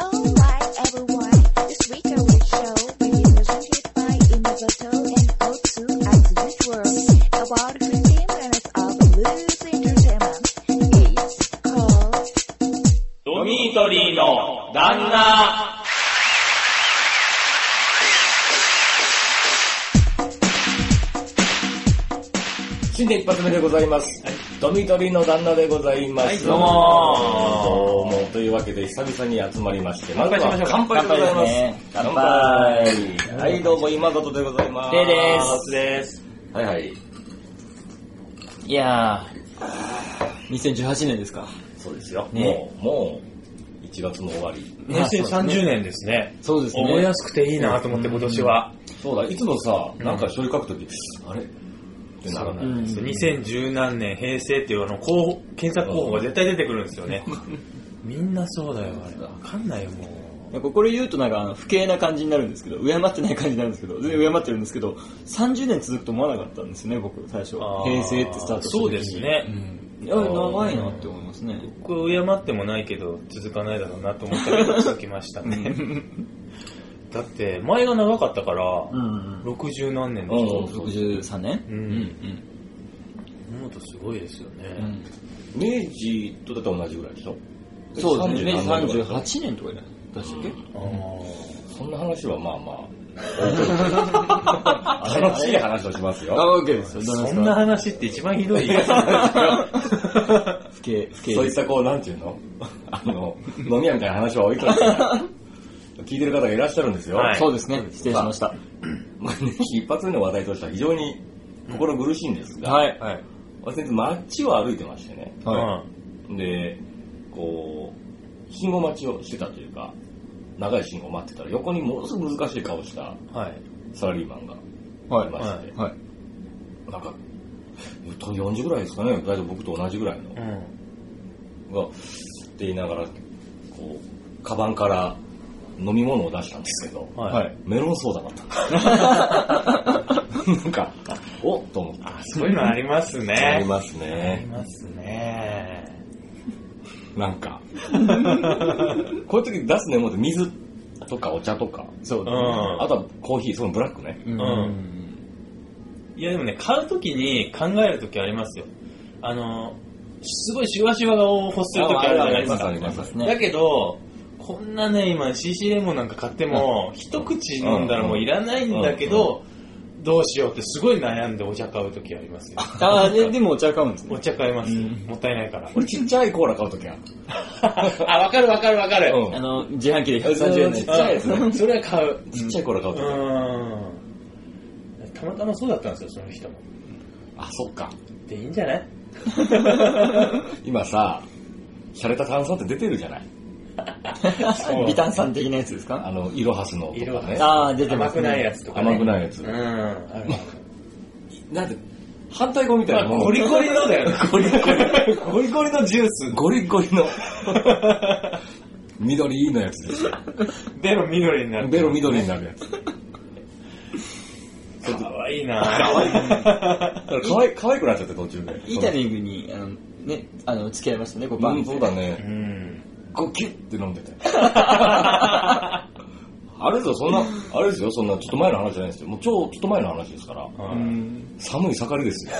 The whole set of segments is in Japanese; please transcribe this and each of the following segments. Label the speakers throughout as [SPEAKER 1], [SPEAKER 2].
[SPEAKER 1] Oh my everyone, this week I will show many presented by Innovato and O2 as usual about 15 minutes of loose entertainment. It's called
[SPEAKER 2] ドミートリーの旦那。
[SPEAKER 3] 新年一発目でございます。ドミトリの旦那でございます。
[SPEAKER 2] はいどうも
[SPEAKER 3] どうもというわけで久々に集まりまして、まず
[SPEAKER 2] 乾杯
[SPEAKER 3] は
[SPEAKER 2] しましょうか
[SPEAKER 3] 乾杯でございます。
[SPEAKER 4] 乾
[SPEAKER 3] 乾
[SPEAKER 4] 杯
[SPEAKER 3] 杯。はい、どうも今里でございます。
[SPEAKER 4] ていです
[SPEAKER 2] スです。
[SPEAKER 3] はいはい。
[SPEAKER 4] いやー、2018年ですか。
[SPEAKER 3] そうですよ。
[SPEAKER 4] ね
[SPEAKER 3] もう、もう、1月も終わり。
[SPEAKER 4] まあ
[SPEAKER 2] 2030年ですね。
[SPEAKER 4] そうですね
[SPEAKER 2] 覚えやすくていいなと思って今年は。
[SPEAKER 3] そうだ、いつもさ、なんか書類書くとき、あれってならない。
[SPEAKER 4] うん
[SPEAKER 2] 2010何年平成っていうあの候補、検索候補が絶対出てくるんですよね。みんなそうだよ、あれ。わかんないよ、もう。
[SPEAKER 4] なんかこれ言うとなんかあの不敬な感じになるんですけど、敬ってない感じになるんですけど、全然敬ってるんですけど、30年続くと思わなかったんですよね、僕、最初。
[SPEAKER 2] あー
[SPEAKER 4] 平成ってスタートした時に
[SPEAKER 2] そうです。ね。
[SPEAKER 4] うん。いや、長いなって思いますね。
[SPEAKER 2] 僕は敬ってもないけど、続かないだろうなと思ったけど、続きましたね。だって、前が長かったから、
[SPEAKER 4] うんうん。
[SPEAKER 2] 60何年で
[SPEAKER 3] う
[SPEAKER 2] し
[SPEAKER 3] ん
[SPEAKER 2] ょ
[SPEAKER 4] 63年
[SPEAKER 2] うん
[SPEAKER 4] うん
[SPEAKER 2] 思うとすごいですよ
[SPEAKER 4] うんう
[SPEAKER 2] ね。
[SPEAKER 4] ん。
[SPEAKER 3] 明治とだと同じぐらいでしょ
[SPEAKER 4] そうですね。明治
[SPEAKER 3] 37年とかでし
[SPEAKER 4] 38年とかじゃないでしたっけ
[SPEAKER 2] あー
[SPEAKER 3] ょそんな話はまあ まあ。楽しい話をしますよ。
[SPEAKER 4] あ、OK ですよ。
[SPEAKER 2] そんな話って一番ひど い。
[SPEAKER 4] 不敬、不敬
[SPEAKER 3] そうい
[SPEAKER 4] で
[SPEAKER 3] っ
[SPEAKER 4] す。
[SPEAKER 3] たこう、なんていうの あの、飲み屋みたいな話は多いから、聞いてる方がいらっしゃるんですよ。
[SPEAKER 2] はい
[SPEAKER 4] そうですね。失礼しました。
[SPEAKER 3] まあね、一発目の話題としては非常に心苦しいんですが、
[SPEAKER 4] はい。
[SPEAKER 2] はい。
[SPEAKER 3] 私、街を歩いてましてね。
[SPEAKER 4] は
[SPEAKER 3] で、こう、信号待ちをしてたというか、長い信号待ってたら横にものすごく難しい顔した
[SPEAKER 2] うん。はい。
[SPEAKER 3] サラリーマンが
[SPEAKER 4] い。はいい。
[SPEAKER 3] まして、
[SPEAKER 4] はい。
[SPEAKER 3] なんか、と40ぐらいですかね、大体僕と同じぐらいの。
[SPEAKER 2] うん。
[SPEAKER 3] が、って言いながら、こう、カバンから飲み物を出したんですけど、
[SPEAKER 2] はい。
[SPEAKER 4] はい
[SPEAKER 3] メロンソーダだった。なんか、おっと思って。
[SPEAKER 2] あ、そういうのありますね。
[SPEAKER 3] あります
[SPEAKER 2] あり
[SPEAKER 3] ね。
[SPEAKER 2] ますね。
[SPEAKER 3] なんか。こういう時出すねもって水とかお茶とか、
[SPEAKER 4] そう
[SPEAKER 2] う
[SPEAKER 4] だね。
[SPEAKER 3] あ
[SPEAKER 2] ん。
[SPEAKER 3] とはコーヒー、そのブラックね。
[SPEAKER 4] うん
[SPEAKER 2] いやでもね、買うときに考えるときありますよ。あの、すごいシワシワが欲するときあるじゃないです
[SPEAKER 3] あ
[SPEAKER 2] か
[SPEAKER 3] り。ますあります
[SPEAKER 4] ね
[SPEAKER 2] だけど、こんなね、今 CC レモンなんか買っても、一口飲んだらもういらないんだけど、どうしようってすごい悩んでお茶買うときあり ますよ。
[SPEAKER 4] ああ、で、でもお茶買うんです
[SPEAKER 2] お
[SPEAKER 4] ね。
[SPEAKER 2] 茶買います。
[SPEAKER 4] うん
[SPEAKER 2] もったいないから。
[SPEAKER 3] 俺ちっちゃいコーラ買う時ある。
[SPEAKER 2] あ、わかるわかるわかる。
[SPEAKER 3] うん
[SPEAKER 4] あの、自販機で
[SPEAKER 3] そう
[SPEAKER 4] 130円の
[SPEAKER 3] ちっ
[SPEAKER 4] や
[SPEAKER 3] ちゃいやつ
[SPEAKER 2] うんそれは買う。
[SPEAKER 3] ちっちゃいコーラ買う時ある。
[SPEAKER 2] うん。たまたまそうだったんですよ、その人も。
[SPEAKER 3] あ、そっか。
[SPEAKER 2] で、いいんじゃ ない
[SPEAKER 3] 今さ、洒落た炭酸って出てるじゃない
[SPEAKER 2] そう
[SPEAKER 4] つ。ビタンさん的なやつです
[SPEAKER 3] あ
[SPEAKER 4] か
[SPEAKER 3] の、イロハスのとかね。
[SPEAKER 4] ああ、出てま
[SPEAKER 2] 甘
[SPEAKER 4] す、
[SPEAKER 2] くないやつとかね。
[SPEAKER 3] 甘くないやつ
[SPEAKER 2] うん。ある
[SPEAKER 3] なんて、反対語みたいな
[SPEAKER 2] まあ
[SPEAKER 3] もの
[SPEAKER 2] ゴリゴリの だよね。ゴリゴリ。ゴリゴリのジュース。
[SPEAKER 3] ゴリゴリの 緑のやつですよ。
[SPEAKER 2] ベロ緑になる。
[SPEAKER 3] ベロ緑になるやつ。
[SPEAKER 2] かわいいなぁ。
[SPEAKER 3] だからかわい可愛くなっちゃって途中で。
[SPEAKER 4] イータリングに、あの、ね、あの、付き合いましたね、5
[SPEAKER 3] う
[SPEAKER 4] 番。
[SPEAKER 3] ん、そうだ
[SPEAKER 2] う
[SPEAKER 3] ね。
[SPEAKER 2] ん。
[SPEAKER 3] こうキュッて飲んでて。あれですよ、そんな、あれですよ、そんな、ちょっと前の話じゃないですよ。もう超、ちょっと前の話ですから。
[SPEAKER 2] は
[SPEAKER 4] う
[SPEAKER 2] い
[SPEAKER 4] ん。
[SPEAKER 3] 寒い盛りですよ。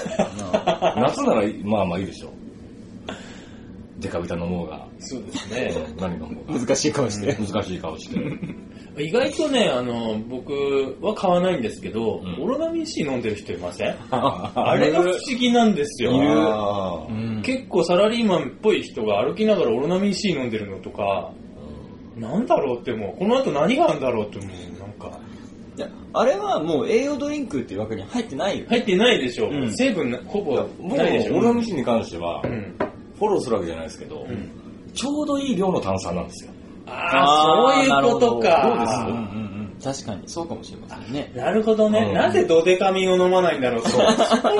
[SPEAKER 4] あ
[SPEAKER 3] 夏ならいい、まあまあいいでしょう。デカビタ飲もうが、
[SPEAKER 2] そうですね。
[SPEAKER 3] 何飲もう
[SPEAKER 4] ー難しい顔して。
[SPEAKER 3] が。難しい顔して。
[SPEAKER 2] 意外とね、あの、僕は買わないんですけど、
[SPEAKER 3] うん
[SPEAKER 2] オロナミン C 飲んでる人いません
[SPEAKER 3] あ
[SPEAKER 2] あれが不思議なんですよ。
[SPEAKER 3] あー
[SPEAKER 4] うん
[SPEAKER 2] 結構サラリーマンっぽい人が歩きながらオロナミン C 飲んでるのとか、なんだろうってもう、この後何があるんだろうってもう、なんか、
[SPEAKER 4] いやあれはもう栄養ドリンクっていう枠に入ってないよ。
[SPEAKER 2] 入ってないでしょ。
[SPEAKER 4] うん
[SPEAKER 2] 成分なほぼ
[SPEAKER 3] 僕も
[SPEAKER 2] ないでしょ。
[SPEAKER 3] オロナミン C に関しては
[SPEAKER 2] う、ん。
[SPEAKER 3] フォローするわけじゃないですけど、
[SPEAKER 2] うん。
[SPEAKER 3] ちょうどいい量の炭酸なんですよ。
[SPEAKER 2] ああ、そういうこと
[SPEAKER 3] どうで
[SPEAKER 2] か。
[SPEAKER 3] す
[SPEAKER 4] うんうんうん。確かに、そうかもしれませんね。
[SPEAKER 2] なるほど
[SPEAKER 3] う
[SPEAKER 2] ね。
[SPEAKER 3] ん
[SPEAKER 2] なぜドデカミンを飲まないんだろうと。そ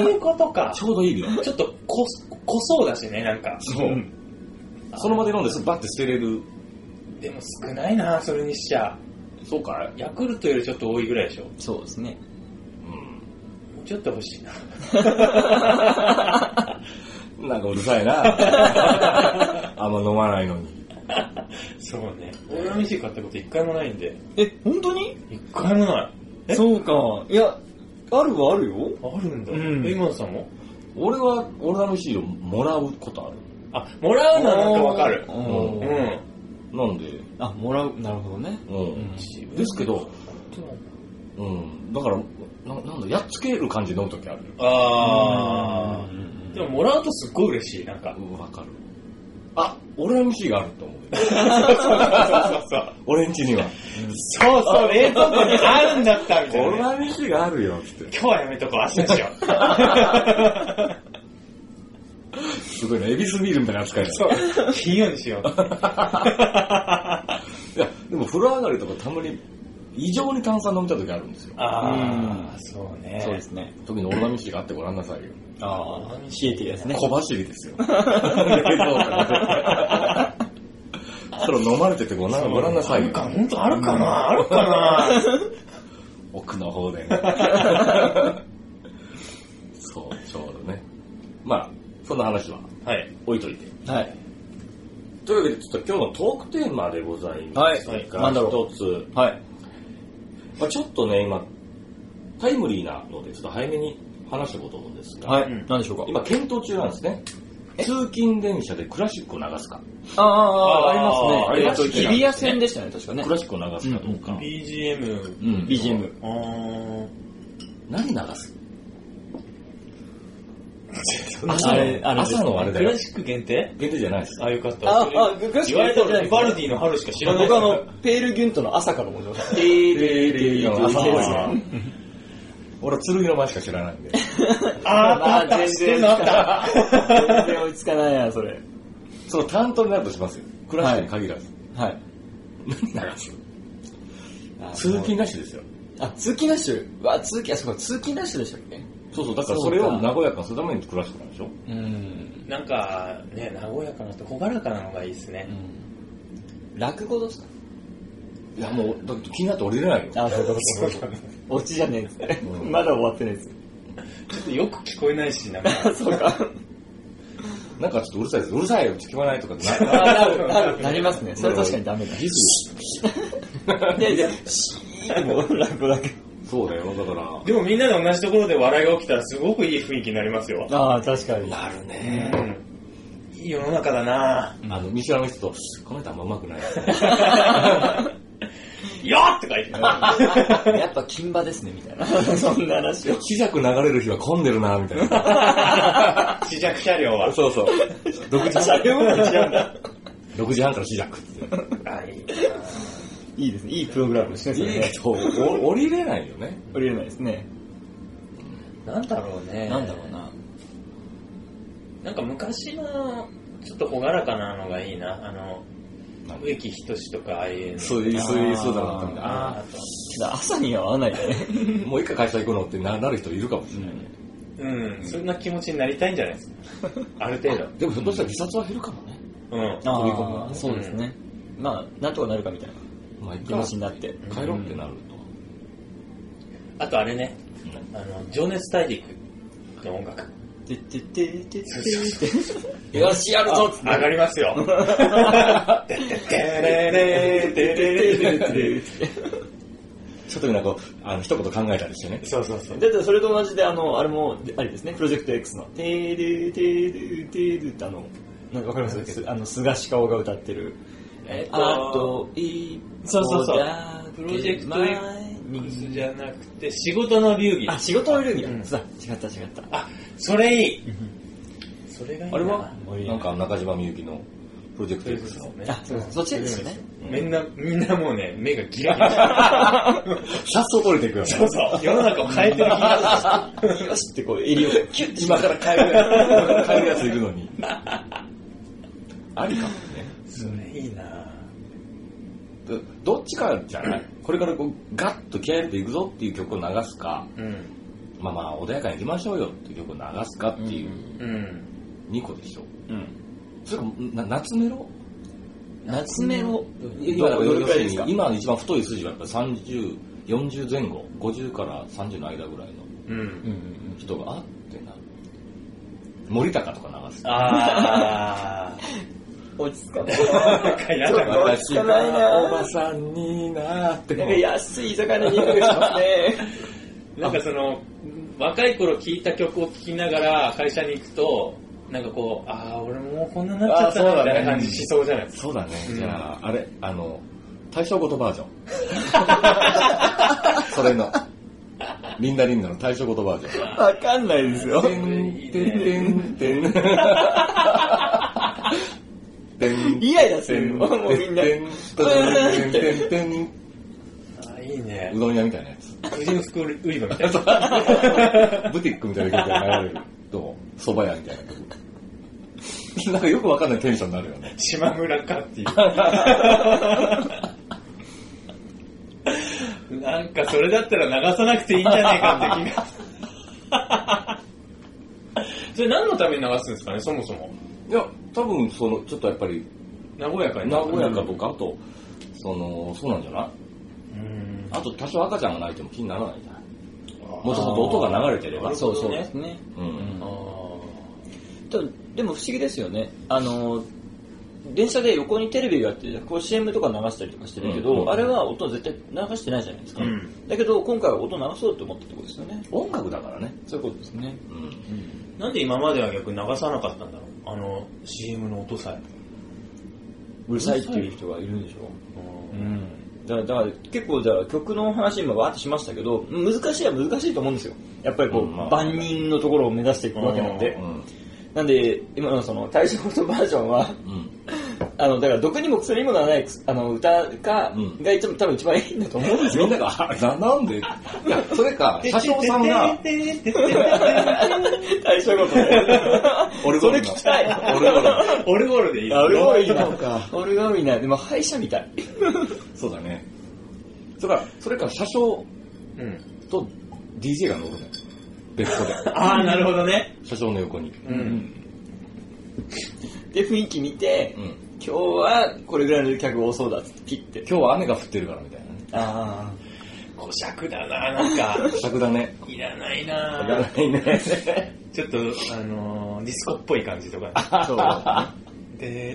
[SPEAKER 2] ういうことか。
[SPEAKER 3] ちょうどいい量。
[SPEAKER 2] ちょっとこ、濃そうだしね、なんか。
[SPEAKER 3] そう。その場で飲んですぐバッて捨てれる。
[SPEAKER 2] でも少ないな、それにしちゃ。
[SPEAKER 3] そうかい
[SPEAKER 2] ヤクルトよりちょっと多いぐらいでしょ。も
[SPEAKER 4] そうですね。
[SPEAKER 3] う
[SPEAKER 2] うちょっと欲しいな。
[SPEAKER 3] ん。なんかうるさいな。あんま飲まないのに。
[SPEAKER 2] そうね。俺の飯買ったこと一回もないんで。
[SPEAKER 4] え、本当に
[SPEAKER 2] 一回もない。え
[SPEAKER 4] そうか。いや、あるはあるよ。
[SPEAKER 2] あるんだ。
[SPEAKER 4] うん
[SPEAKER 2] え今田さんも
[SPEAKER 3] 俺は、俺らの石をもらうことある。
[SPEAKER 2] あ、もらうのはなんかわかる。
[SPEAKER 4] お
[SPEAKER 2] う
[SPEAKER 4] ー
[SPEAKER 2] ん。
[SPEAKER 3] なんで、
[SPEAKER 4] あ、もらう、なるほどね。
[SPEAKER 3] うん。ですけど、うん。だから、ななんだ、やっつける感じで飲むときある。
[SPEAKER 2] あー。
[SPEAKER 4] うん
[SPEAKER 2] でももらうとすっごい嬉しい、なんか
[SPEAKER 3] う。ん、わかる。あ、俺らの石があると思う。
[SPEAKER 2] そうそうそう。
[SPEAKER 3] 俺んちには。
[SPEAKER 2] そうそう、冷凍庫にあるんだったみたいな。
[SPEAKER 3] らの石があるよ、つって。
[SPEAKER 2] 今日はやめとこう、明日にしよう。
[SPEAKER 3] すごいね、エビスビールみたいな扱いだね
[SPEAKER 2] そう。 金曜にしよう。
[SPEAKER 3] いや、でも風呂上がりとかたまに異常に炭酸飲みた時あるんですよ。
[SPEAKER 2] あー、そうね。
[SPEAKER 4] そうですね。
[SPEAKER 3] 特にオロナミシがあってごらんなさいよ。
[SPEAKER 4] ああ、冷えてるやつね。
[SPEAKER 3] 小走りですよ。それ飲まれててごらんごらんなさい
[SPEAKER 2] あるか、
[SPEAKER 3] よ。
[SPEAKER 2] 本当あるかなあるかな
[SPEAKER 3] 奥の方でね。そう、ちょうどね。まあ、そんな話は
[SPEAKER 2] はい。
[SPEAKER 3] 置いといて。
[SPEAKER 4] はい。
[SPEAKER 3] というわけで、ちょっと今日のトークテーマでございますが、
[SPEAKER 2] はい
[SPEAKER 4] なんだろ
[SPEAKER 3] 一つ、
[SPEAKER 4] はい。
[SPEAKER 3] まあ、ちょっとね、今、タイムリーなので、ちょっと早めに話していこうと思うんですが、
[SPEAKER 4] は
[SPEAKER 2] うん
[SPEAKER 4] い。何でしょうか。
[SPEAKER 3] 今、検討中なんですね。通勤電車でクラシックを流すか、
[SPEAKER 4] ああ、
[SPEAKER 2] あ
[SPEAKER 4] あ
[SPEAKER 2] ー
[SPEAKER 4] ありますね。えっと、
[SPEAKER 3] ありますね
[SPEAKER 4] 日比谷線でしたね、確かね
[SPEAKER 3] ク。ラシックを流すかどうか。
[SPEAKER 2] BGM。
[SPEAKER 3] うん
[SPEAKER 4] BGM。
[SPEAKER 2] あー。
[SPEAKER 3] 何流 す
[SPEAKER 4] あれあれです
[SPEAKER 3] 朝のあれだ
[SPEAKER 2] ク
[SPEAKER 3] よ
[SPEAKER 2] ラ。シック限定
[SPEAKER 3] 限定じゃないです。
[SPEAKER 2] あ、よかった。
[SPEAKER 4] あ
[SPEAKER 2] それ
[SPEAKER 4] あクラシック限定じゃない
[SPEAKER 2] 言われたらバルディの春しか知らない。
[SPEAKER 4] 僕あの、ペールギュントの朝から思いました。
[SPEAKER 3] 朝の
[SPEAKER 4] いい
[SPEAKER 3] あれ俺は剣の前しか知らないんで。
[SPEAKER 2] あー、あったあった、
[SPEAKER 4] 全
[SPEAKER 2] 知ってる
[SPEAKER 4] 然
[SPEAKER 2] のあ
[SPEAKER 4] 追
[SPEAKER 2] っ
[SPEAKER 4] いつ
[SPEAKER 2] た。
[SPEAKER 4] かない。全然追いつかないな、それ。
[SPEAKER 3] その担当になるとしますよ。クラシックに限らず。
[SPEAKER 4] はい。
[SPEAKER 3] 何流す通勤なしですよ。
[SPEAKER 4] あ、通勤ラッシュわ、通勤、あ、そうか、通勤ラッシュでしたっけ
[SPEAKER 3] そうそう、だからそれを和やかにするためにクラシックなんでしょ
[SPEAKER 4] うん。
[SPEAKER 2] なんか、ね、和やかなと朗らかなのがいいですね。
[SPEAKER 4] 落語ですか
[SPEAKER 3] いや、もう、だって気になって降りれないよ。
[SPEAKER 4] あ、そうか、そうか。オチじゃねえっつって。まだ終わってねえっつ
[SPEAKER 2] ち
[SPEAKER 4] っ
[SPEAKER 2] ょっとよく聞こえないし、なんか。
[SPEAKER 4] て。そうか。
[SPEAKER 3] なんかちょっとうるさいです。うるさいよって聞こえないとかってな
[SPEAKER 4] あ、なる、なる、なりますね。それ確かにダメだ。
[SPEAKER 3] リズム
[SPEAKER 4] いやいや、シーもう落語だけ。
[SPEAKER 3] そうだよ、だから。
[SPEAKER 2] でもみんなで同じところで笑いが起きたらすごくいい雰囲気になりますよ。
[SPEAKER 4] ああ、確かに。
[SPEAKER 3] なるね。
[SPEAKER 2] うん。いい世の中だな
[SPEAKER 3] あの、見知らぬ人と、この人あんま上手くないですね。
[SPEAKER 2] よっとか言って。
[SPEAKER 4] やっぱ金馬ですね、みたいな。そんな話を。
[SPEAKER 3] 磁石流れる日は混んでるな、みたいな。
[SPEAKER 2] 試着車両 は。
[SPEAKER 3] そうそう。6時
[SPEAKER 4] あ
[SPEAKER 3] 半、
[SPEAKER 4] れも違うんだ。
[SPEAKER 3] 6時半から磁石って。
[SPEAKER 2] あいい
[SPEAKER 4] いいですね。いいプログラムですね、それ
[SPEAKER 3] いい
[SPEAKER 4] ね
[SPEAKER 3] け。ど、お降りれないよね。
[SPEAKER 4] 降りれないですね。
[SPEAKER 2] なんだろうね。
[SPEAKER 4] なんだろう。な。
[SPEAKER 2] なんか昔の、ちょっと朗らかなのがいいな。あの、植木仁とかああいうの。
[SPEAKER 3] そういう、そういう、そうだなったんだ。
[SPEAKER 2] あーあ
[SPEAKER 4] ちょっと朝には合わないよね。
[SPEAKER 3] あもう一回会社行くのってななる人いるかもしれないね。
[SPEAKER 2] と、うん。そんな気持ちになりたいんじゃないですか。ある程度。
[SPEAKER 3] でもひょっとしたら自殺は減るかもね。
[SPEAKER 2] うん。
[SPEAKER 4] あ
[SPEAKER 3] 飛び込むわ
[SPEAKER 4] ーそうですね。まあ、なんとかなるかみたいな
[SPEAKER 3] まあ、一
[SPEAKER 4] 気
[SPEAKER 3] 回
[SPEAKER 4] 持ちになって。
[SPEAKER 3] 帰ろうってなる
[SPEAKER 2] あとあれね、あの、情熱大陸の音楽。
[SPEAKER 4] てってってってって。よし、やるぞ
[SPEAKER 2] 上がります よ。てってってれれてれれれれ
[SPEAKER 3] と。ちょっとなんか、あの、一言考えたりしてね。
[SPEAKER 2] そうそうそう。
[SPEAKER 4] だってそれと同じで、あの、あれも、ありですね、プロジェクト X の、てーるーてーるーてーるーってあの、なんかわかりますすあの、菅氏顔が歌ってる。
[SPEAKER 2] えっと
[SPEAKER 4] あと一歩
[SPEAKER 2] そうそうそう
[SPEAKER 4] だけ
[SPEAKER 2] プロジェクト
[SPEAKER 4] 前
[SPEAKER 2] X
[SPEAKER 4] に
[SPEAKER 2] じゃなくて、仕事の流儀。
[SPEAKER 4] あ、仕事のルール
[SPEAKER 2] うん
[SPEAKER 4] だ。そうだ、違った違った。
[SPEAKER 2] あ、それいい。それがいいな。
[SPEAKER 3] あれは
[SPEAKER 4] うん
[SPEAKER 3] なんか中島みゆきのプロジェク
[SPEAKER 2] そ
[SPEAKER 3] ト
[SPEAKER 2] ういうこと
[SPEAKER 3] X
[SPEAKER 2] で
[SPEAKER 3] の
[SPEAKER 2] すね
[SPEAKER 4] あ、そうそっちですよね。
[SPEAKER 2] みんな、みんなもうね、目がギラギ ラ。
[SPEAKER 3] さっそ取れていくよね。
[SPEAKER 2] そうそう。世の中を変えてる気が
[SPEAKER 4] よしってこう、襟をキュッて
[SPEAKER 3] 今から帰るやつ、帰るやついるのに。ありかもね。
[SPEAKER 2] する。それいいな
[SPEAKER 3] どどっちかじゃないこれからこうガッと気合い入れていくぞっていう曲を流すか、
[SPEAKER 2] うん。
[SPEAKER 3] まあまあ穏やかにいきましょうよっていう曲を流すかっていう
[SPEAKER 2] うん。
[SPEAKER 3] 2個でしょ。
[SPEAKER 4] うん。
[SPEAKER 3] それかな夏メロ
[SPEAKER 4] 夏メロ、
[SPEAKER 3] 今
[SPEAKER 4] どれくらいですか
[SPEAKER 3] 今の一番太い筋はやっぱ30、40前後、50から30の間ぐらいの
[SPEAKER 2] うん。
[SPEAKER 4] ん。
[SPEAKER 3] 人があってなる。森高とか流す。
[SPEAKER 2] あー。
[SPEAKER 4] 落ち着かない。
[SPEAKER 2] なんか嫌
[SPEAKER 4] ちょっ
[SPEAKER 2] だ
[SPEAKER 4] と
[SPEAKER 2] な。
[SPEAKER 4] 落ち着かないな
[SPEAKER 3] おばさんになーって
[SPEAKER 4] なんか安い居酒屋の匂いがしますね。
[SPEAKER 2] なんかその、若い頃聴いた曲を聴きながら会社に行くと、なんかこう、ああ、俺もうこんなになっちゃった
[SPEAKER 3] あーそ
[SPEAKER 2] な
[SPEAKER 3] うだ
[SPEAKER 2] み
[SPEAKER 3] ね
[SPEAKER 2] たいな感じしそうじゃないですか。
[SPEAKER 3] そうだね。
[SPEAKER 2] うん
[SPEAKER 3] じゃあ、あれ、あの、対象語とバージョン。 それの。リンダリンダの対象語とバージョン。
[SPEAKER 4] わかんないですよ。
[SPEAKER 3] てんてんてんてん。てん
[SPEAKER 4] イライラするよ
[SPEAKER 3] て
[SPEAKER 4] もうみんな
[SPEAKER 3] ててんてんてんてん
[SPEAKER 2] ああ、いいね
[SPEAKER 3] う。どん屋みたいなやつ。
[SPEAKER 2] クリームスクールウイバみたいな。
[SPEAKER 3] ブティックみたいな曲が流れる。どう蕎麦屋みたいな曲。なんかよくわかんないテンションになるよね。
[SPEAKER 2] 島村かって いう。なんかそれだったら流さなくていいんじゃないかって気が。 それ何のために流すんですかね、そもそも。
[SPEAKER 3] いや、多分その、ちょっとやっぱり、
[SPEAKER 2] 和やかに。
[SPEAKER 3] 名古屋かとか、あと、その、そうなんじゃない
[SPEAKER 2] うん。
[SPEAKER 3] あと多少赤ちゃんが泣いても気にならないじゃない
[SPEAKER 2] も
[SPEAKER 3] もうちょっと音が流れてれば。
[SPEAKER 4] そうそうですね。
[SPEAKER 3] う。
[SPEAKER 4] うんんただでも不思議ですよね。あの、電車で横にテレビがあって、こう CM とか流したりとかしてるけど、
[SPEAKER 3] うんうん
[SPEAKER 4] あれは音絶対流してないじゃないですか。
[SPEAKER 2] うん
[SPEAKER 4] だけど、今回は音流そうと思ったってことですよね。
[SPEAKER 3] 音楽だからね。
[SPEAKER 4] そういうことですね。
[SPEAKER 3] うん。
[SPEAKER 2] なんで今までは逆に流さなかったんだろうあの CM の音さえ。
[SPEAKER 4] うるさいっていう人がいるんでしょ
[SPEAKER 2] う
[SPEAKER 4] う
[SPEAKER 2] ん
[SPEAKER 4] ん。だからだから結構じゃあ曲の話今わーってしましたけど、難しいは難しいと思うんですよ。やっぱりこう、
[SPEAKER 3] うんまあ
[SPEAKER 4] 万人のところを目指していくわけなんで。
[SPEAKER 3] うん。
[SPEAKER 4] なんで、今のその対象とバージョンは、
[SPEAKER 3] うん。
[SPEAKER 4] あの、だから、毒にも薬にもならない、あの、歌が、
[SPEAKER 3] うん
[SPEAKER 4] が一番、多分一番いいんだと思うん です よ。
[SPEAKER 3] みんなが、あな、なんでいや、それか、車掌さん が、
[SPEAKER 4] 対象ごとね。
[SPEAKER 3] 俺
[SPEAKER 4] それ聞きたい。
[SPEAKER 3] 俺俺
[SPEAKER 2] オルゴールでいいです
[SPEAKER 4] オルゴール
[SPEAKER 3] そうか
[SPEAKER 4] な。オルゴールな。でも、歯医者みたい。
[SPEAKER 3] そうだね。それから、それから車掌
[SPEAKER 2] うん
[SPEAKER 3] と DJ が乗るのよ。別 個で。
[SPEAKER 2] ああ、なるほどね。
[SPEAKER 3] 車掌の横に。
[SPEAKER 2] うん。
[SPEAKER 4] で、雰囲気見て、
[SPEAKER 3] うん。
[SPEAKER 4] 今日はこれぐらいの客多そうだっつって、ピッて。
[SPEAKER 3] 今日は雨が降ってるからみたいな ね。
[SPEAKER 4] あ
[SPEAKER 2] 小尺だな、なんか。
[SPEAKER 3] 尺だね。
[SPEAKER 2] いらない
[SPEAKER 3] いら
[SPEAKER 2] な
[SPEAKER 3] ないね。
[SPEAKER 2] ちょっと、あのー、ディスコっぽい感じとか。
[SPEAKER 4] あ。そ うだ
[SPEAKER 2] でれれれ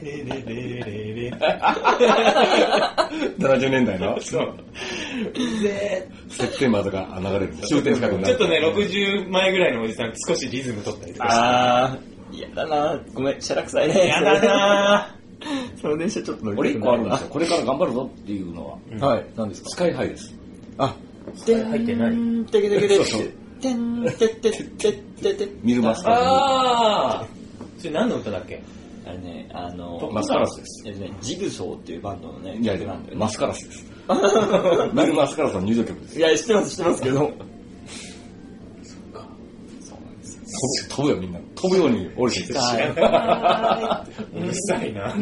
[SPEAKER 2] れれれれれ。
[SPEAKER 3] 70年代の
[SPEAKER 2] そう。ぜ
[SPEAKER 3] 設定窓が流れる。終点近くにな
[SPEAKER 2] ちょ
[SPEAKER 3] る
[SPEAKER 2] っとね、60前ぐらいのおじさん、少しリズム取ったりとかして。
[SPEAKER 4] あー。嫌だな。ごめん、しゃらくさいね。
[SPEAKER 2] やだな
[SPEAKER 4] その電車ちょっと乗り
[SPEAKER 3] 俺
[SPEAKER 4] た
[SPEAKER 3] 一
[SPEAKER 4] く
[SPEAKER 3] 個
[SPEAKER 4] な
[SPEAKER 3] あるんですよ。これから頑張るぞっていうのは、
[SPEAKER 2] うん
[SPEAKER 4] はい、何ですか
[SPEAKER 3] スカイハイです。
[SPEAKER 4] あ、
[SPEAKER 2] で入ってない
[SPEAKER 4] いてけてけて
[SPEAKER 3] そうそう
[SPEAKER 4] てんてってってってって。
[SPEAKER 3] ミルマスカラ
[SPEAKER 2] ああそれ何の歌だっけ
[SPEAKER 4] あれね、あ
[SPEAKER 3] ス
[SPEAKER 4] の、
[SPEAKER 3] マスカラスです。
[SPEAKER 4] えっとね、ジグソーっていうバンドのね、
[SPEAKER 3] いやい
[SPEAKER 4] 曲な
[SPEAKER 3] や
[SPEAKER 4] んだ、よね
[SPEAKER 3] マスカラスです。ミルマスカラスの入場曲です。
[SPEAKER 4] いや、知ってます、知ってますけど。
[SPEAKER 3] 飛ぶよ、みんな。飛ぶように降りてきて。
[SPEAKER 4] はい
[SPEAKER 2] い。 うるさい な。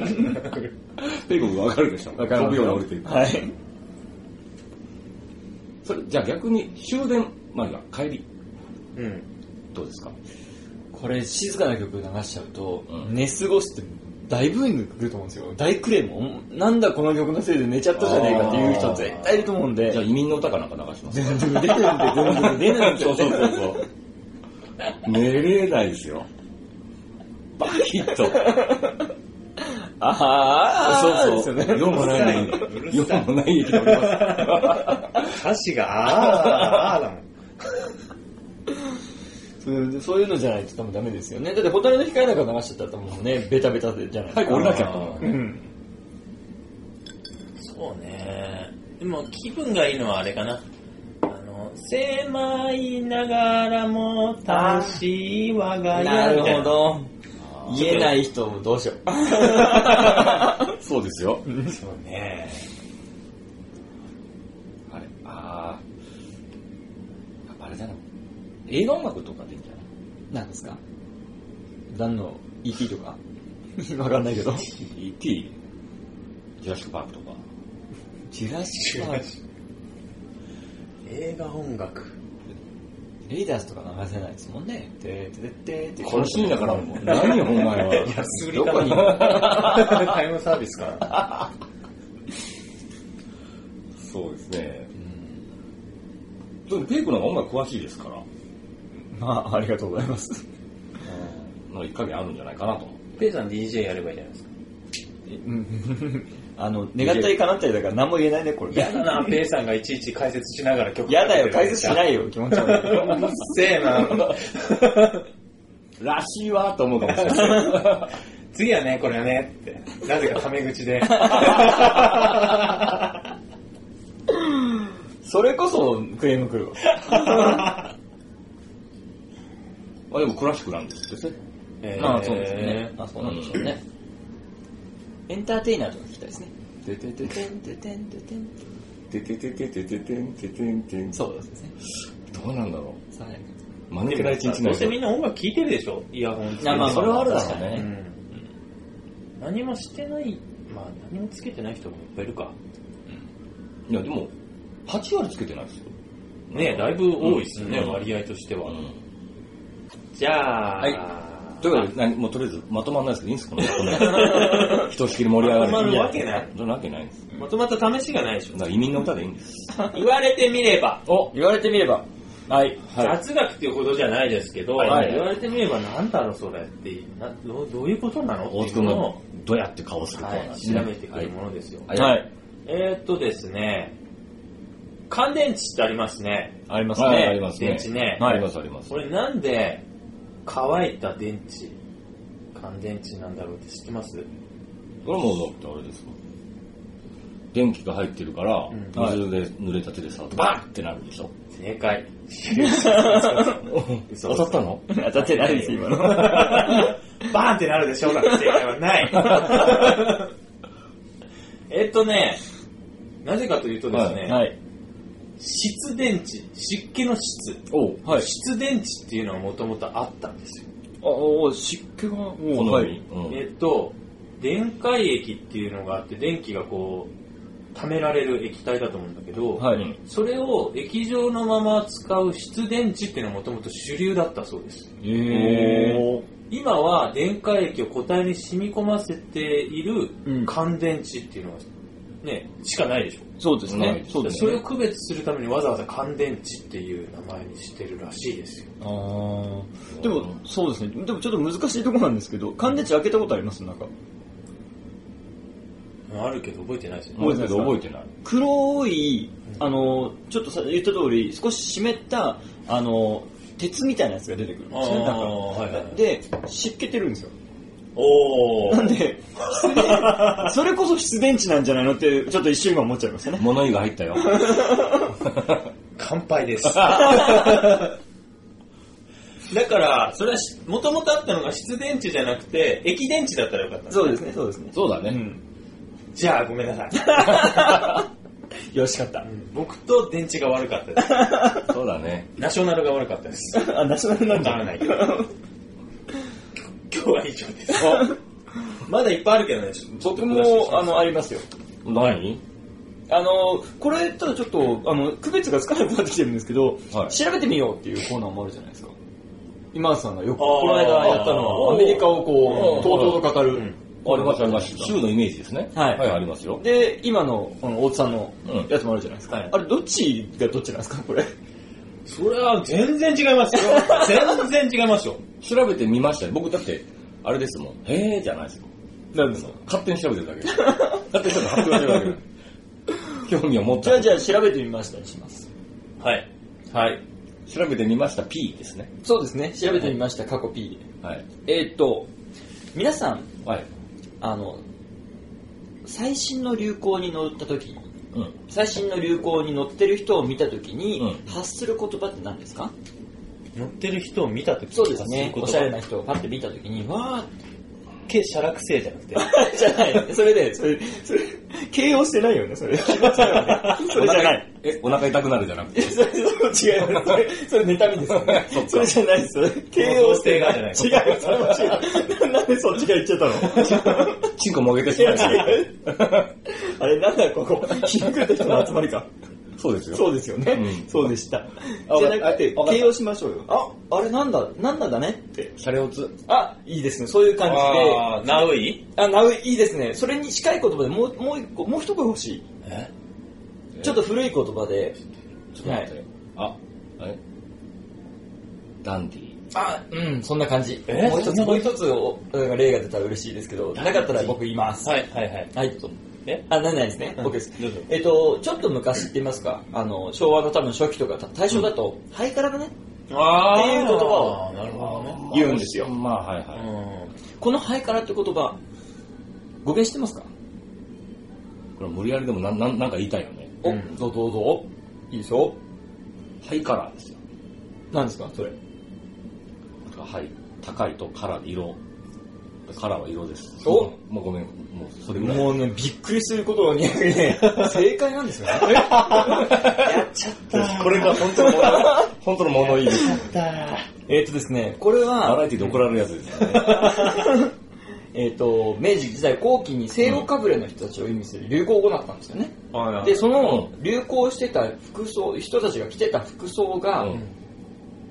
[SPEAKER 3] ペイコブわかるでしょ飛ぶように降りていく。
[SPEAKER 4] はい。
[SPEAKER 3] それ、じゃあ逆に終電までが帰り、
[SPEAKER 2] うん。
[SPEAKER 3] どうですか
[SPEAKER 4] これ、静かな曲流しちゃうと、
[SPEAKER 3] うん
[SPEAKER 4] 寝過ごして、大ブーイング来ると思うんですよ。大クレーム。なんだこの曲のせいで寝ちゃったじゃねえかっていう人絶対いると思うん
[SPEAKER 3] じゃあ
[SPEAKER 4] で、
[SPEAKER 3] 移民の歌かなんか流します
[SPEAKER 4] 全然出ないんで、全然出ないんで。
[SPEAKER 3] そうそうそうそう。寝れないですよ。バキッと。
[SPEAKER 4] あ
[SPEAKER 3] そ
[SPEAKER 4] ー、
[SPEAKER 3] うそう。
[SPEAKER 4] ですよね
[SPEAKER 3] 用もないの
[SPEAKER 2] うる
[SPEAKER 3] に、
[SPEAKER 2] さい
[SPEAKER 3] 用もない駅で降ります。
[SPEAKER 2] 歌詞があーあーだもん。
[SPEAKER 4] そうそういうのじゃないと多分ダメですよね。だって、蛍の光なんか流しちゃったら多分もうね、ベタベタでじゃないで
[SPEAKER 3] 早
[SPEAKER 4] すか。
[SPEAKER 3] く降りなきゃと思う
[SPEAKER 4] う
[SPEAKER 3] ね。
[SPEAKER 4] ん。
[SPEAKER 2] そうね。でも気分がいいのはあれかな。あの、狭いながらも楽しい我が家。
[SPEAKER 4] なる
[SPEAKER 2] みたい
[SPEAKER 4] ほ。ど。言えない人もどうしよう。
[SPEAKER 3] そうですよ。
[SPEAKER 2] そうね。
[SPEAKER 3] あれ、あー。やっぱあれだな。映画音楽とかでいいんじゃない
[SPEAKER 4] なんですか何の EP とか わかんないけど。
[SPEAKER 3] ?E.T. ジュラシックパークとか。
[SPEAKER 4] ジュラシックパーク。
[SPEAKER 2] 映画音楽。
[SPEAKER 4] レイダースとか流せないですもんね。ててててて
[SPEAKER 3] このシーンだからもう。何 よ、お前は。
[SPEAKER 2] 安売り
[SPEAKER 3] ど
[SPEAKER 2] か
[SPEAKER 3] こ
[SPEAKER 2] な
[SPEAKER 3] に
[SPEAKER 2] タイムサービスかな。
[SPEAKER 3] そうですね。でも、ペイクの方が音楽詳しいですから。
[SPEAKER 4] まあ、ありがとうございます。
[SPEAKER 3] なんか一か月あるんじゃないかなと思って。
[SPEAKER 2] ペイさん DJ やればいいじゃないですか。
[SPEAKER 4] うんあの、願ったり叶ったりだから何も言えないね、これ。
[SPEAKER 2] 嫌だな、ペイさんがいちいち解説しながら曲。
[SPEAKER 4] やだよ、解説しないいよ、気持ち悪
[SPEAKER 2] うっせえな。
[SPEAKER 3] らしいわと思うかもしれない。
[SPEAKER 2] 次はね、これはね、って。なぜかタメ口 で。
[SPEAKER 4] い。それこそクレーム来るわ。
[SPEAKER 3] あ、でもクラシックなんですってね。
[SPEAKER 2] えー
[SPEAKER 4] まあ、そうですよね。あ、そうなんでしょうね。エンターテイナーとか聞きたいですね。
[SPEAKER 3] てててて
[SPEAKER 4] てんてんてんてんてん
[SPEAKER 3] てててててててんててんてん。
[SPEAKER 4] そうですね。
[SPEAKER 3] どうなんだろ
[SPEAKER 4] 爽やか
[SPEAKER 3] う。間抜けな一日
[SPEAKER 2] ど
[SPEAKER 3] な
[SPEAKER 2] うんせ
[SPEAKER 3] で
[SPEAKER 2] みんな音楽聴いてるでしょイヤホンつけて
[SPEAKER 4] いやまあそれはあるだろうね
[SPEAKER 2] うん何もしてない、まあ何もつけてない人もいっぱいいるか。
[SPEAKER 3] いや、でも、8割つけてないですよ。
[SPEAKER 2] ねだいぶ多いですよね、
[SPEAKER 3] うん
[SPEAKER 2] 割合としては。
[SPEAKER 3] うん
[SPEAKER 2] じゃあ、
[SPEAKER 3] はいというわけで、何もうとりあえずまとまらないですけど、いいんですかこ のひとしきり盛り上がる。
[SPEAKER 2] まとまるわけない。
[SPEAKER 3] そんなわけないんです。
[SPEAKER 2] まとまった試しがないでし
[SPEAKER 3] だから移民の歌でいいんです。
[SPEAKER 2] ょ。 言われてみれば、
[SPEAKER 4] お言われてみれば。はい。
[SPEAKER 2] 雑学っていうほどじゃないですけど、
[SPEAKER 3] はい
[SPEAKER 2] 言われてみればなんだろうそれっていうなどう、どういうことなのって
[SPEAKER 3] 大
[SPEAKER 2] い
[SPEAKER 3] 津
[SPEAKER 2] う
[SPEAKER 3] 君
[SPEAKER 2] の
[SPEAKER 3] の
[SPEAKER 2] を、
[SPEAKER 3] どうやって顔するコ
[SPEAKER 2] は
[SPEAKER 3] ー
[SPEAKER 2] い
[SPEAKER 3] ナーですね
[SPEAKER 2] 調べてくるものですよ。
[SPEAKER 3] はい
[SPEAKER 4] はい。
[SPEAKER 2] えー、っとですね、乾電池ってありますね。
[SPEAKER 4] あります
[SPEAKER 3] はい
[SPEAKER 4] ね。
[SPEAKER 3] ありますね。
[SPEAKER 2] 電池ね
[SPEAKER 3] はいあります、あります
[SPEAKER 2] こ。れなんで乾いた電池、乾電池なんだろうって知ってます
[SPEAKER 3] これもうだってあれですもん電気が入ってるから、
[SPEAKER 2] うん
[SPEAKER 3] 水で濡れた手で触ってバーンってなるでしょ。
[SPEAKER 2] 正 解。 嘘
[SPEAKER 3] 当たったの
[SPEAKER 4] 当たってない です、今の。
[SPEAKER 2] バーンってなるでしょだから正解は ない。えっとね、なぜかというとですね、
[SPEAKER 4] はい。
[SPEAKER 2] 湿電池、湿気の湿、
[SPEAKER 3] おう
[SPEAKER 4] はい。
[SPEAKER 2] 湿電池っていうのはもともとあったんですよ。
[SPEAKER 4] あ、お湿気が、お
[SPEAKER 3] この
[SPEAKER 4] は
[SPEAKER 3] よう
[SPEAKER 4] い。
[SPEAKER 3] に
[SPEAKER 2] えっと、電解液っていうのがあって、電気がこう、溜められる液体だと思うんだけど、
[SPEAKER 3] うん。
[SPEAKER 4] は
[SPEAKER 3] うん
[SPEAKER 4] い。
[SPEAKER 2] それを液状のまま使う湿電池っていうのはもともと主流だったそうです。
[SPEAKER 4] えー。
[SPEAKER 2] 今は電解液を固体に染み込ませている
[SPEAKER 4] うん
[SPEAKER 2] 乾電池っていうのは、ね、しかないでしょ。
[SPEAKER 4] そうです
[SPEAKER 3] はい
[SPEAKER 4] ね。そうです
[SPEAKER 2] それを
[SPEAKER 4] ね。
[SPEAKER 2] 区別するためにわざわざ乾電池っていう名前にしてるらしいですよ。
[SPEAKER 4] あーでも、そうですね。でもちょっと難しいところなんですけど、乾電池開けたことありますなんか。
[SPEAKER 2] あるけど覚えてないですよね。
[SPEAKER 3] 覚えてない。覚えてない。
[SPEAKER 4] 黒い、あの、ちょっとさ言った通り、少し湿った、あの、鉄みたいなやつが出てくるんですよね。
[SPEAKER 2] あー
[SPEAKER 4] な
[SPEAKER 2] は
[SPEAKER 4] ん
[SPEAKER 2] い
[SPEAKER 4] か
[SPEAKER 2] はいはい
[SPEAKER 4] で、湿気てるんですよ。
[SPEAKER 2] お
[SPEAKER 4] なん
[SPEAKER 2] ー。
[SPEAKER 4] で、それこそ必電池なんじゃないのって、ちょっと一瞬今思っちゃい ましたね。
[SPEAKER 3] 物言いが入ったよ。
[SPEAKER 2] 乾杯 です。だから、それはし、もともとあったのが湿電池じゃなくて、液電池だったらよかったんです
[SPEAKER 4] そうですね、そうですね。
[SPEAKER 3] そうだ
[SPEAKER 4] う
[SPEAKER 3] ね。
[SPEAKER 4] ん。
[SPEAKER 2] じゃあ、ごめんなさい。
[SPEAKER 4] よしかった。
[SPEAKER 2] 僕と電池が悪かったです。
[SPEAKER 3] そうだね。
[SPEAKER 2] ナショナルが悪かったです。
[SPEAKER 4] あ、ナショナルなん
[SPEAKER 2] なら ないけど。今日は以上です。まだいっぱいあるけどね、ちょっと
[SPEAKER 4] 僕も、あの、ありますよ。
[SPEAKER 3] 何
[SPEAKER 4] あの、これ、ただちょっと、あの、区別がつかなくなってきてるんですけど、
[SPEAKER 3] はい
[SPEAKER 4] 調べてみようっていうコーナーもあるじゃないですか。今田さんがよく、
[SPEAKER 2] あー
[SPEAKER 4] この間やったのは、
[SPEAKER 2] あー
[SPEAKER 4] アメリカをこ
[SPEAKER 3] うん
[SPEAKER 4] う、とうとうと語る。
[SPEAKER 3] あります、あります。州のイメージですね。
[SPEAKER 4] はい
[SPEAKER 3] はい、ありますよ。
[SPEAKER 4] で、今の、この、大津さんの
[SPEAKER 3] うん
[SPEAKER 4] やつもあるじゃないですか。
[SPEAKER 2] はい
[SPEAKER 4] あれ、どっちがどっちなんですか、 これ。
[SPEAKER 2] それは全然違います よ。全然違いますよ。
[SPEAKER 3] 調べてみましたよ。僕だって、あれですもん。へーじゃないですもん。
[SPEAKER 4] なんですか
[SPEAKER 3] 勝手に調べてるだけ。勝手にちょっと発表してるだけだ。興味を持っ
[SPEAKER 4] じゃ
[SPEAKER 3] た
[SPEAKER 4] あ、。じゃあ、調べてみましたにします。
[SPEAKER 2] はい。はい。
[SPEAKER 3] 調べてみました P ですね。
[SPEAKER 4] そうですね、調べてみました、過去 P
[SPEAKER 3] はい。
[SPEAKER 4] で。えーっと、皆さん、
[SPEAKER 3] はい。
[SPEAKER 4] あの、最新の流行に乗った時
[SPEAKER 3] うん。
[SPEAKER 4] 最新の流行に乗ってる人を見た時に、
[SPEAKER 3] うん
[SPEAKER 4] 発する言葉って何ですか
[SPEAKER 2] 乗ってる人を見たとき、
[SPEAKER 4] そうですね、おしゃれ
[SPEAKER 2] な。
[SPEAKER 4] な人をパッて見た時に、わ
[SPEAKER 2] け、しゃらくせえじゃなくて。
[SPEAKER 4] ー じゃない、それで、それ、それ、形容してないよね、それ。 それじゃない。
[SPEAKER 3] え、お腹痛くなるじゃなくて。
[SPEAKER 4] いやそれ、それ違うよ。それ、それ妬みですよね。それじゃないです。それ、形容してない。
[SPEAKER 2] もう童
[SPEAKER 4] 違うよ、それは違う。ななんでそっちが言っちゃったの
[SPEAKER 3] チンコもげて
[SPEAKER 4] い
[SPEAKER 3] しま
[SPEAKER 4] や
[SPEAKER 3] う。
[SPEAKER 4] 違う。あれなんだここ。ひっくりた人の集まりか。
[SPEAKER 3] そうですよ。
[SPEAKER 4] そうですよね。
[SPEAKER 3] うん
[SPEAKER 4] そうでした。
[SPEAKER 3] あ
[SPEAKER 4] じゃなくて
[SPEAKER 3] わかっ、た
[SPEAKER 4] 形容しましょうよ。あ、あれなんだ、なんだだねって。
[SPEAKER 3] シャレオツ。
[SPEAKER 4] あ、いいですね。そういう感じで。あ
[SPEAKER 2] あー、ナウ イ
[SPEAKER 4] なういいですね。それに近い言葉でもう、もう一個、もう一個欲しい。
[SPEAKER 2] え
[SPEAKER 4] ちょっと古い言葉で。
[SPEAKER 3] ちょっと待って。あ、えダンディ。
[SPEAKER 4] あ、うん、そんな感じ。
[SPEAKER 2] え
[SPEAKER 4] もう
[SPEAKER 2] そ
[SPEAKER 4] 一
[SPEAKER 2] ん
[SPEAKER 4] つ、
[SPEAKER 2] な
[SPEAKER 4] もう一つお、例が出たら嬉しいですけど、なかったら僕言います。
[SPEAKER 2] はいはいはい。
[SPEAKER 4] はい、どうぞ
[SPEAKER 2] え
[SPEAKER 4] あ、ないないですね。
[SPEAKER 2] うん
[SPEAKER 4] 僕です
[SPEAKER 2] どうぞ。
[SPEAKER 4] えっと、ちょっと昔って言いますか、あの、昭和の多分初期とか、大正だと、ハイカラがね、
[SPEAKER 2] あ
[SPEAKER 4] っていう言葉を
[SPEAKER 2] なるほどね。
[SPEAKER 4] 言うんですよ
[SPEAKER 3] まあ、はいはい。
[SPEAKER 4] このハイカラって言葉、語源してますか
[SPEAKER 3] これ無理やりでもなんなんなんか言いたいよね。
[SPEAKER 4] お、
[SPEAKER 2] うん
[SPEAKER 4] どうぞどうぞ。いいですよ。
[SPEAKER 3] ハイカラーですよ。
[SPEAKER 4] 何ですかそれ。
[SPEAKER 3] ハイ、高いとカラーで色。カラーは色です。
[SPEAKER 4] お
[SPEAKER 3] もうごめん、もうそれぐらい。
[SPEAKER 4] もうね、びっくりすることに、ね、正解なんですよね。
[SPEAKER 2] やっちゃった。
[SPEAKER 3] これが本当の物、本当の物言いです。
[SPEAKER 4] えっとですね、これ
[SPEAKER 3] バ
[SPEAKER 4] は、
[SPEAKER 3] ラエティで怒られるやつですよね。
[SPEAKER 4] えっ、と、明治時代後期に西洋かぶれの人たちを意味する流行語だったんですよね。で、その流行してた服装、人たちが着てた服装が、
[SPEAKER 3] うん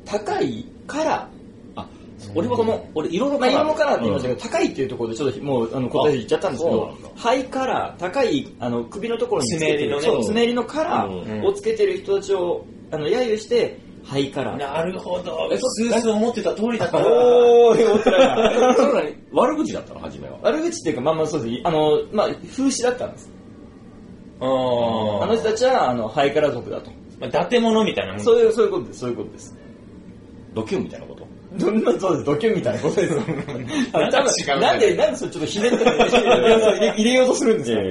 [SPEAKER 4] 高いから、
[SPEAKER 3] あ、俺も
[SPEAKER 4] こ
[SPEAKER 3] こ
[SPEAKER 4] の
[SPEAKER 3] の、俺色の
[SPEAKER 4] まあ、
[SPEAKER 3] カラー。
[SPEAKER 4] 色のカラーって言いましたけど、高いっていうところでちょっともうあの答え言っちゃったんですけ
[SPEAKER 3] あ
[SPEAKER 4] ど
[SPEAKER 3] そうなん、
[SPEAKER 4] ハイカラー、高いあの首のところにつけてる、
[SPEAKER 2] つねりのね
[SPEAKER 4] そうつねりのカラ
[SPEAKER 2] うん
[SPEAKER 4] ーをつけてる人たちをあの揶揄して、ハイカラー。
[SPEAKER 2] なるほど。
[SPEAKER 3] え
[SPEAKER 2] うすうす思ってた通りだった。
[SPEAKER 4] おーい、思ってなかっ
[SPEAKER 3] え
[SPEAKER 4] た
[SPEAKER 3] それなに悪口だったの初めは。
[SPEAKER 4] 悪口っていうか、まあまあそうです。あの、まあ、風刺だったんです。あ
[SPEAKER 2] あ
[SPEAKER 4] の人たちは、あの、ハイカラ族だと。
[SPEAKER 2] まあ、伊達者みたいなもん。
[SPEAKER 4] そういう、そういうことです、そういうことです。
[SPEAKER 3] ドキュンみたいなこと。
[SPEAKER 4] どんな、そうです、ドキュンみたいなことです。
[SPEAKER 2] な
[SPEAKER 4] あ
[SPEAKER 2] ん
[SPEAKER 4] 多
[SPEAKER 2] か
[SPEAKER 4] 分
[SPEAKER 2] 違うね
[SPEAKER 4] なんで、なんでそれちょっとひね ってるんですか入れようとするんですよ。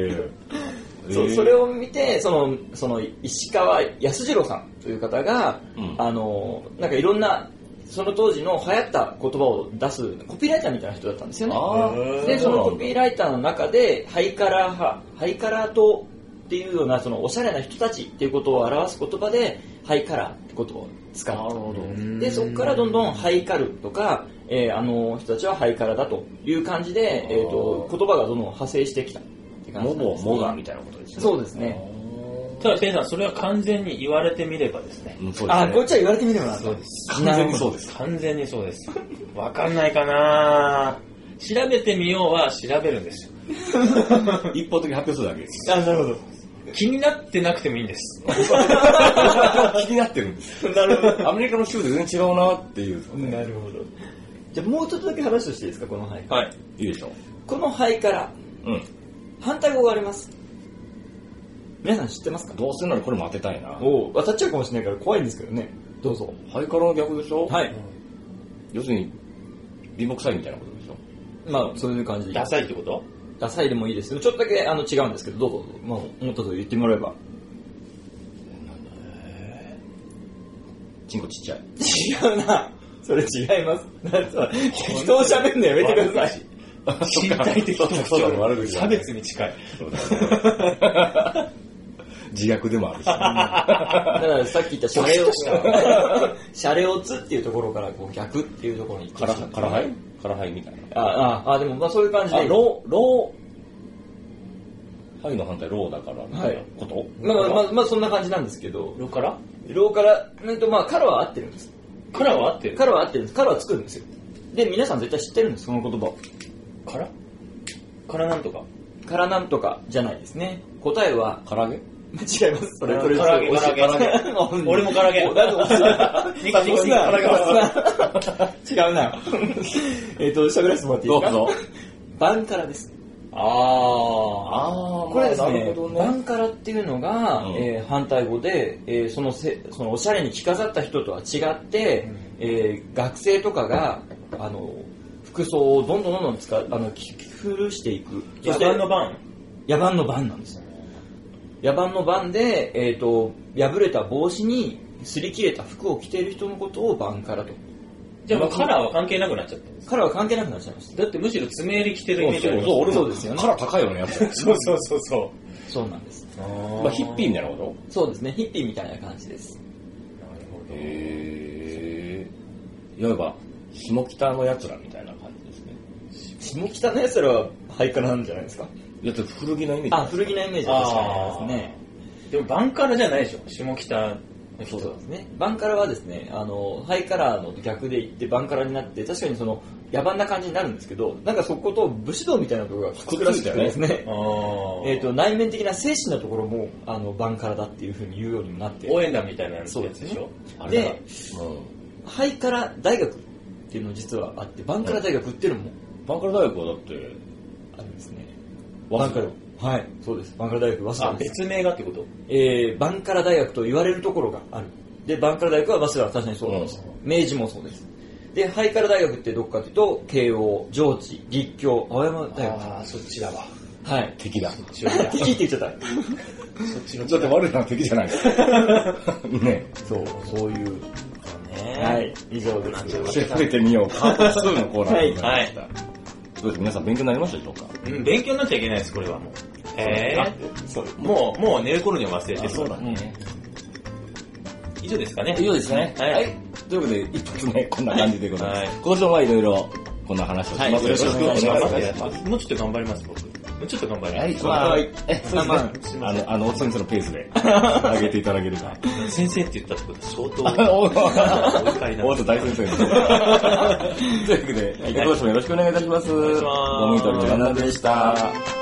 [SPEAKER 4] そうそれ
[SPEAKER 3] を。
[SPEAKER 4] を見て、その、その、石川安次郎さんという方が、
[SPEAKER 3] うん
[SPEAKER 4] あの、なんかいろんな、その当時の流行った言葉を出すコピーライターみたいな人だったんですよね。
[SPEAKER 3] あー
[SPEAKER 4] で、そのコピーライターの中で、ハイカラー派、ハイカラー党っていうような、そのおしゃれな人たちっていうことを表す言葉で、ハイカラーって言葉を使
[SPEAKER 3] な
[SPEAKER 4] っ
[SPEAKER 3] る
[SPEAKER 4] た。
[SPEAKER 3] ほど。
[SPEAKER 4] で、そこからどんどんハイカルとか、えーあの人たちはハイカラだという感じで、えー、と言葉がどんどん派生してきたって感
[SPEAKER 3] モ
[SPEAKER 4] じなんで
[SPEAKER 3] ボ、
[SPEAKER 4] すね
[SPEAKER 3] モガみたいなことですね。
[SPEAKER 4] そうですね。
[SPEAKER 2] ただ、ペンさん、それは完全に言われてみればですね。
[SPEAKER 3] うんそうですね
[SPEAKER 4] あ、こっちは言われてみればなと。
[SPEAKER 2] そうです
[SPEAKER 3] 完全にそうです。
[SPEAKER 2] 完全にそうです。わかんないかな調べてみようは調べるんですよ。
[SPEAKER 3] 一方的に発表するだけです。
[SPEAKER 4] あ、なるほ
[SPEAKER 2] 気になってなくてもいいんで す。
[SPEAKER 3] 気になってるんです。
[SPEAKER 4] ど。なるほ
[SPEAKER 3] アメリカの州で全然違うなっていう、
[SPEAKER 4] ど。なるほど。じゃあもうちょっとだけ話をしていいですか、このハイカラ。
[SPEAKER 2] はい。
[SPEAKER 3] いいでしょ
[SPEAKER 4] このハイカラ、
[SPEAKER 3] う。うん。
[SPEAKER 4] 反対語があります。皆さん知ってますか
[SPEAKER 3] どうせならこれも当てたいな。
[SPEAKER 4] お当たっちゃうかもしれないから怖いんですけどね。どうぞ。
[SPEAKER 3] ハイカラの逆でしょい。
[SPEAKER 4] はい。
[SPEAKER 3] 要するに、貧乏くさいみたいなことでしょ
[SPEAKER 4] まあ、そういう感じで
[SPEAKER 2] ダ。サいってこと
[SPEAKER 4] ダサいでもいいですけど、ちょっとだけあの違うんですけど、どうぞ。まあ、思ったと言ってもらえば。
[SPEAKER 3] チンコちっちゃい。
[SPEAKER 4] 違うな。それ違います。 なんと人を喋るのやめてください。
[SPEAKER 2] 身体的特
[SPEAKER 3] そうだね悪
[SPEAKER 2] 徴。
[SPEAKER 3] 口だ
[SPEAKER 2] 差別に近い。
[SPEAKER 3] 自虐でもあるし。
[SPEAKER 4] だからさっき言ったシャレオツ。シャレオツっていうところからこう逆っていうところに行って
[SPEAKER 3] カラ
[SPEAKER 4] しまった
[SPEAKER 3] カラハイカラハイみたいな。
[SPEAKER 4] ああ、あ、でもまあそういう感じ
[SPEAKER 3] あ、
[SPEAKER 4] で。
[SPEAKER 3] ロー、ロー、ハイの反対ローだから、みたいなこと
[SPEAKER 4] まあまあまあ、まあそんな感じなんですけど、
[SPEAKER 2] ロから
[SPEAKER 4] ローから、なんとまあカラは合ってるんです。
[SPEAKER 2] からは合ってる。
[SPEAKER 4] カラは合ってるんです。カラは作るんですよ。で、皆さん絶対知ってるんです、その言葉を。
[SPEAKER 2] からからなんとか。
[SPEAKER 4] カラなんとかじゃないですね。答えは、
[SPEAKER 3] 唐揚げ
[SPEAKER 4] 間違います。それ、それ、
[SPEAKER 2] 唐揚げ
[SPEAKER 4] それ
[SPEAKER 2] 唐揚げ唐揚げ俺も唐揚 げ
[SPEAKER 4] おなんで押 すな
[SPEAKER 2] ニコニコニコ
[SPEAKER 4] 押す な違うな。えっと、喋らせてもらっていい
[SPEAKER 3] ど
[SPEAKER 4] で
[SPEAKER 3] う
[SPEAKER 4] すか
[SPEAKER 3] ぞ。
[SPEAKER 4] バンカラです。
[SPEAKER 2] あ
[SPEAKER 3] あー
[SPEAKER 4] これです
[SPEAKER 3] な
[SPEAKER 4] ね
[SPEAKER 3] るほど
[SPEAKER 4] バ
[SPEAKER 3] ね。
[SPEAKER 4] ンカラっていうのが、
[SPEAKER 3] うん
[SPEAKER 4] えー反対語で、えーそのせそのおしゃれに着飾った人とは違って、えー学生とかがあの服装をどんどんどんどん使うあの着着古していく
[SPEAKER 2] 野蛮の番。
[SPEAKER 4] 野蛮の番なんですよ野蛮の番で、えー、と破れた帽子に擦り切れた服を着ている人のことをバンカラと
[SPEAKER 2] じゃあ、カラーは関係なくなっちゃったんです。
[SPEAKER 4] カラーは関係なくなっちゃいました
[SPEAKER 2] だってむしろ爪襟着てるイメージあります
[SPEAKER 3] そう、俺
[SPEAKER 4] そ
[SPEAKER 3] も
[SPEAKER 4] うですよね
[SPEAKER 3] カラ高いよね、やっぱ。
[SPEAKER 2] そうそうそうそ
[SPEAKER 4] そうなんです
[SPEAKER 2] う。ま
[SPEAKER 3] まあ、ヒッピーみたいなこと
[SPEAKER 4] そうですねヒッピーみたいな感じです
[SPEAKER 2] なるほど。
[SPEAKER 3] へえ。いわば、下北の奴らみたいな感じですね。
[SPEAKER 4] 下北のやつらはハイカラなんじゃないですか
[SPEAKER 3] いや、ちょっと古着のイメージ。
[SPEAKER 4] あ、古着のイメージは確かにありますね。
[SPEAKER 2] でも、バンカラじゃないでしょ。下北の人
[SPEAKER 4] そう
[SPEAKER 2] は
[SPEAKER 4] ですね。バンカラはですね、あの、ハイカラーの逆で言ってバンカラになって、確かにその、野蛮な感じになるんですけど、なんかそこと武士道みたいなところがくっつくらしくてですね、
[SPEAKER 2] あ
[SPEAKER 4] えっと、内面的な精神のところも、あの、バンカラだっていうふうに言うようにもなって、
[SPEAKER 2] 応援団みたいなやつでしょ。
[SPEAKER 3] あれだ
[SPEAKER 4] で
[SPEAKER 3] うん。
[SPEAKER 4] ハイカラ大学っていうの実はあって、バンカラ大学売ってるのも
[SPEAKER 3] バンカラ大学はだって、
[SPEAKER 4] あるんですね。
[SPEAKER 3] 早
[SPEAKER 4] バ
[SPEAKER 3] 稲
[SPEAKER 4] ンカラ。はい、そうです。バンカラ大学、早稲
[SPEAKER 2] あ
[SPEAKER 4] 田、です。
[SPEAKER 2] 別名がってこと
[SPEAKER 4] えー、バンカラ大学と言われるところがある。で、バンカラ大学は早稲田は確かにそうなんです。明治もそうです。で、ハイカラ大学ってどこかというと、慶応、上智、立教、青山大学。
[SPEAKER 2] ああ、そっちだわ。
[SPEAKER 4] はい。
[SPEAKER 3] 敵だ。
[SPEAKER 2] そっちだ
[SPEAKER 4] 敵って言っちゃった。
[SPEAKER 2] そっち の
[SPEAKER 3] だって我らの敵じゃないです か。ね
[SPEAKER 4] そう、そういう。
[SPEAKER 2] ね
[SPEAKER 4] はい、以上で
[SPEAKER 3] え。
[SPEAKER 4] す。
[SPEAKER 3] 調べてみよう。パート2のコーナーでございました。
[SPEAKER 2] は
[SPEAKER 3] どうですか皆さん勉強になりましたでしょうか
[SPEAKER 2] うん、勉強になっちゃいけないです、これはもう。え
[SPEAKER 3] あ
[SPEAKER 4] そう
[SPEAKER 2] ー、もう、もう寝る頃には忘れてる。
[SPEAKER 3] そうだね。
[SPEAKER 2] 以上ですかね。
[SPEAKER 3] 以上ですね。
[SPEAKER 2] はい
[SPEAKER 3] ということで、一発目、こんな感じでございます。
[SPEAKER 2] はい
[SPEAKER 3] 今週はいろいろ、こんな話をします。
[SPEAKER 2] はい、よろしくお願いし
[SPEAKER 3] よろくお願いしま
[SPEAKER 2] ますす。もうちょっと頑張ります、僕。もうちょっと頑張ります。
[SPEAKER 3] はい、
[SPEAKER 2] まあ
[SPEAKER 3] はい。え、そう
[SPEAKER 2] まあ
[SPEAKER 3] ですす
[SPEAKER 2] い
[SPEAKER 3] ね。
[SPEAKER 2] ま
[SPEAKER 3] あ
[SPEAKER 2] せん
[SPEAKER 3] の、あの、おっさんそのペース で、上げていただければ。
[SPEAKER 2] 先生って言ったってことは相当。
[SPEAKER 3] おお
[SPEAKER 2] お怒りな
[SPEAKER 3] おっと大先 生。というわけで、今週もよろしくお願いいたします。
[SPEAKER 2] 願いします
[SPEAKER 3] ゴミ取りのナナでした。